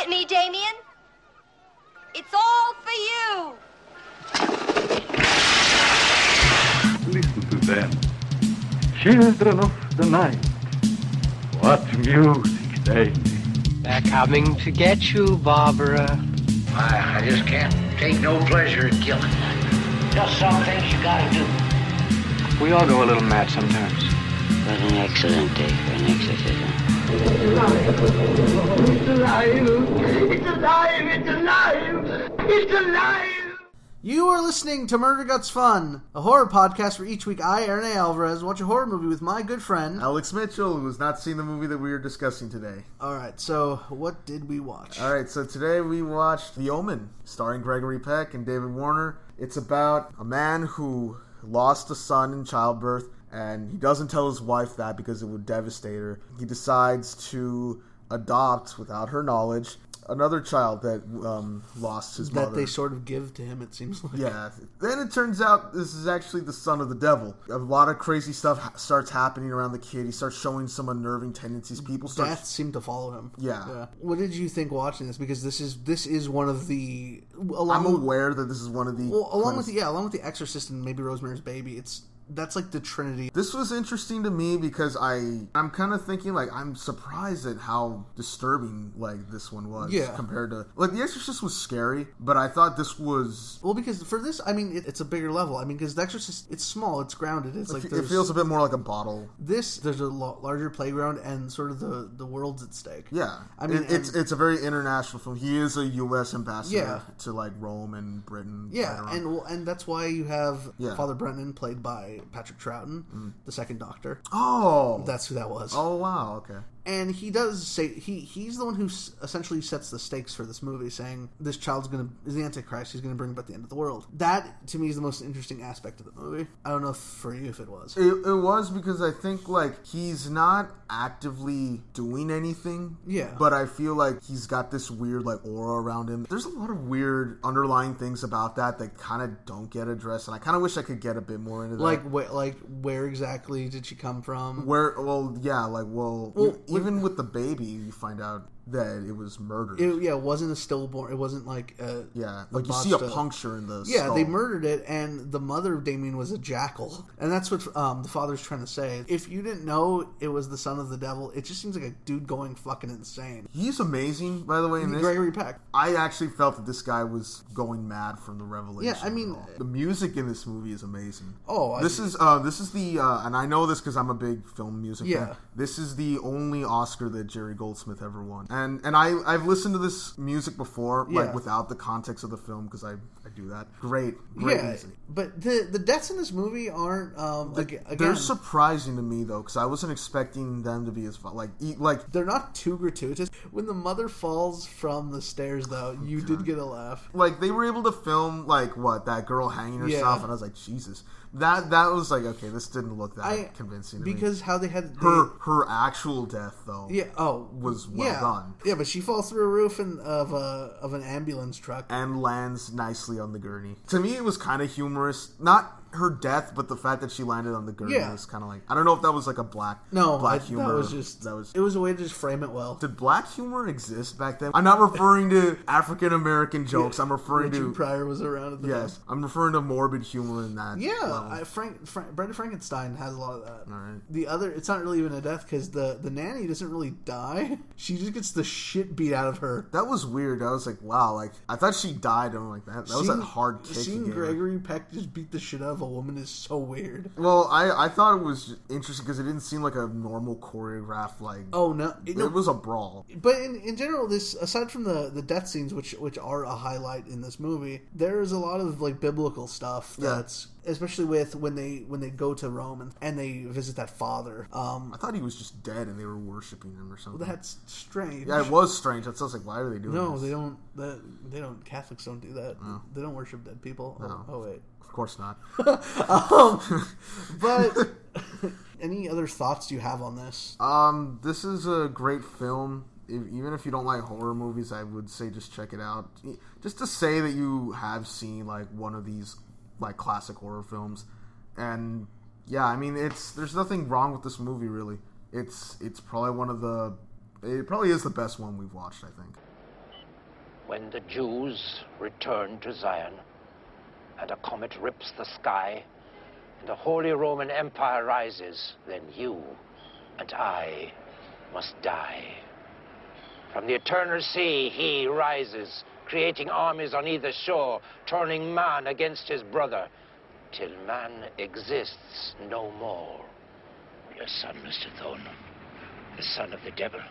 at me, Damien? It's all for you. Listen to them. Children of the night. What music they make. They're coming to get you, Barbara. I, I just can't take no pleasure in killing. Just some things you gotta do. We all go a little mad sometimes. was an excellent day for an exorcism. You are listening to Murder Guts Fun, a horror podcast where each week I, Aaron A. Alvarez, watch a horror movie with my good friend. Alex Mitchell, who's not seen the movie that we are discussing today. All right, so what did we watch? All right, so today we watched The Omen, starring Gregory Peck and David Warner. It's about a man who lost a son in childbirth, and he doesn't tell his wife that because it would devastate her. He decides to adopt, without her knowledge, another child that um, lost his that mother. they sort of give to him, it seems like. Yeah. Then it turns out this is actually the son of the devil. A lot of crazy stuff ha- starts happening around the kid. He starts showing some unnerving tendencies. People start. Death seemed to follow him. Yeah. What did you think watching this? Because this is this is one of the along I'm aware that this is one of the. well, along with the, yeah along with the Exorcist and maybe Rosemary's Baby. It's that's like the Trinity. This was interesting to me because I I'm kind of thinking like I'm surprised at how disturbing like this one was Yeah. compared to like The Exorcist was scary, but I thought this was Well, because for this, I mean, it, it's a bigger level. I mean, because The Exorcist, it's small, it's grounded. It's like it there's- feels a bit more like a bottle. this there's a lo- larger playground and sort of the the world's at stake. Yeah, I mean, it, it's and- it's a very international film. He is a U.S. ambassador Yeah. to like Rome and Britain. Yeah, later on. and well, and that's why you have Yeah. Mm. Father Brennan played by Patrick Troughton, the second Doctor. oh, That's who that was. Oh wow, okay. And he does say he he's the one who s- essentially sets the stakes for this movie, saying this child's gonna is the Antichrist. He's gonna bring about the end of the world. That to me is the most interesting aspect of the movie. I don't know if, for you if it was. It, it was because I think like he's not actively doing anything. Yeah. But I feel like he's got this weird like aura around him. There's a lot of weird underlying things about that that kind of don't get addressed, and I kind of wish I could get a bit more into that. like wh- like where exactly did she come from? where? Well, yeah, like well, Well, e- even with the baby, you find out that it was murdered. It, yeah, it wasn't a stillborn. It wasn't like a, yeah, like you see a botched, uh, puncture in the Yeah, they skull. murdered it, and the mother of Damien was a jackal, and that's what um, the father's trying to say. If you didn't know it was the son of the devil, it just seems like a dude going fucking insane. He's amazing, by the way. In this, Gregory Peck. I actually felt that this guy was going mad from the revelation. Yeah, I mean- and all. the music in this movie is amazing. Oh, I- this is uh, this is the uh, and I know this because I'm a big film music. Yeah. fan. this is the only Oscar that Jerry Goldsmith ever won, and and I I've listened to this music before, Yeah. like without the context of the film because I I do that. Great, great Yeah, music. but the the deaths in this movie aren't um, ag- again. They're They're, surprising to me though because I wasn't expecting them to be as fu- like e- like not too gratuitous. When the mother falls from the stairs, though, you did get a laugh. like they were able to film like what that girl hanging Yeah. herself, and I was like, Jesus, that that was like okay, this didn't look that I convincing to me. because how they had they- her her actual death though, Yeah. Oh, was well yeah. done. Yeah, but she falls through a roof in, of a of an ambulance truck. and lands nicely on the gurney. To me, it was kind of humorous, not. Her death, but the fact that she landed on the gurney Yeah. was kind of like I don't know if that was like a black No, black I- humor. That was just that was It was a way to just frame it well. did black humor exist back then? I'm not referring to African American jokes. I'm referring Richard to Pryor was around at the yes, time. I'm referring to morbid humor in that. Yeah, level. I, Frank, Frank Brenda Frankenstein has a lot of that. All right. The other, it's not really even a death because the the nanny doesn't really die. She just gets the shit beat out of her. That was weird. I was like, wow, like I thought she died. I'm like that. That was Seeing- a hard kick. he Seeing gave her. Gregory Peck just beat the shit out of a woman is so weird. Well, I I thought it was interesting because it didn't seem like a normal choreographed like. Oh no, it, no It was a brawl. But in, in general, this aside from the, the death scenes, which which are a highlight in this movie, there is a lot of like biblical stuff Yeah. that's especially with when they when they go to Rome and, and they visit that father. Um, I thought he was just dead and they were worshiping him or something. that's strange. yeah, it was strange. That's I was like, why are they doing? No, this? they don't. That they don't. Catholics don't do that. They don't worship dead people. No. Oh, oh wait. Of course not. Um, but any other thoughts you have on this? Um, this is a great film. If, even if you don't like horror movies, I would say just check it out. Just to say that you have seen like one of these like classic horror films, and yeah, I mean it's there's nothing wrong with this movie really. It's it's probably one of the it probably is the best one we've watched. I think. when the Jews return to Zion and a comet rips the sky and the Holy Roman Empire rises, then you and I must die. From the eternal sea he rises, creating armies on either shore, turning man against his brother, till man exists no more. Your son, Mr. Thorne, the son of the devil.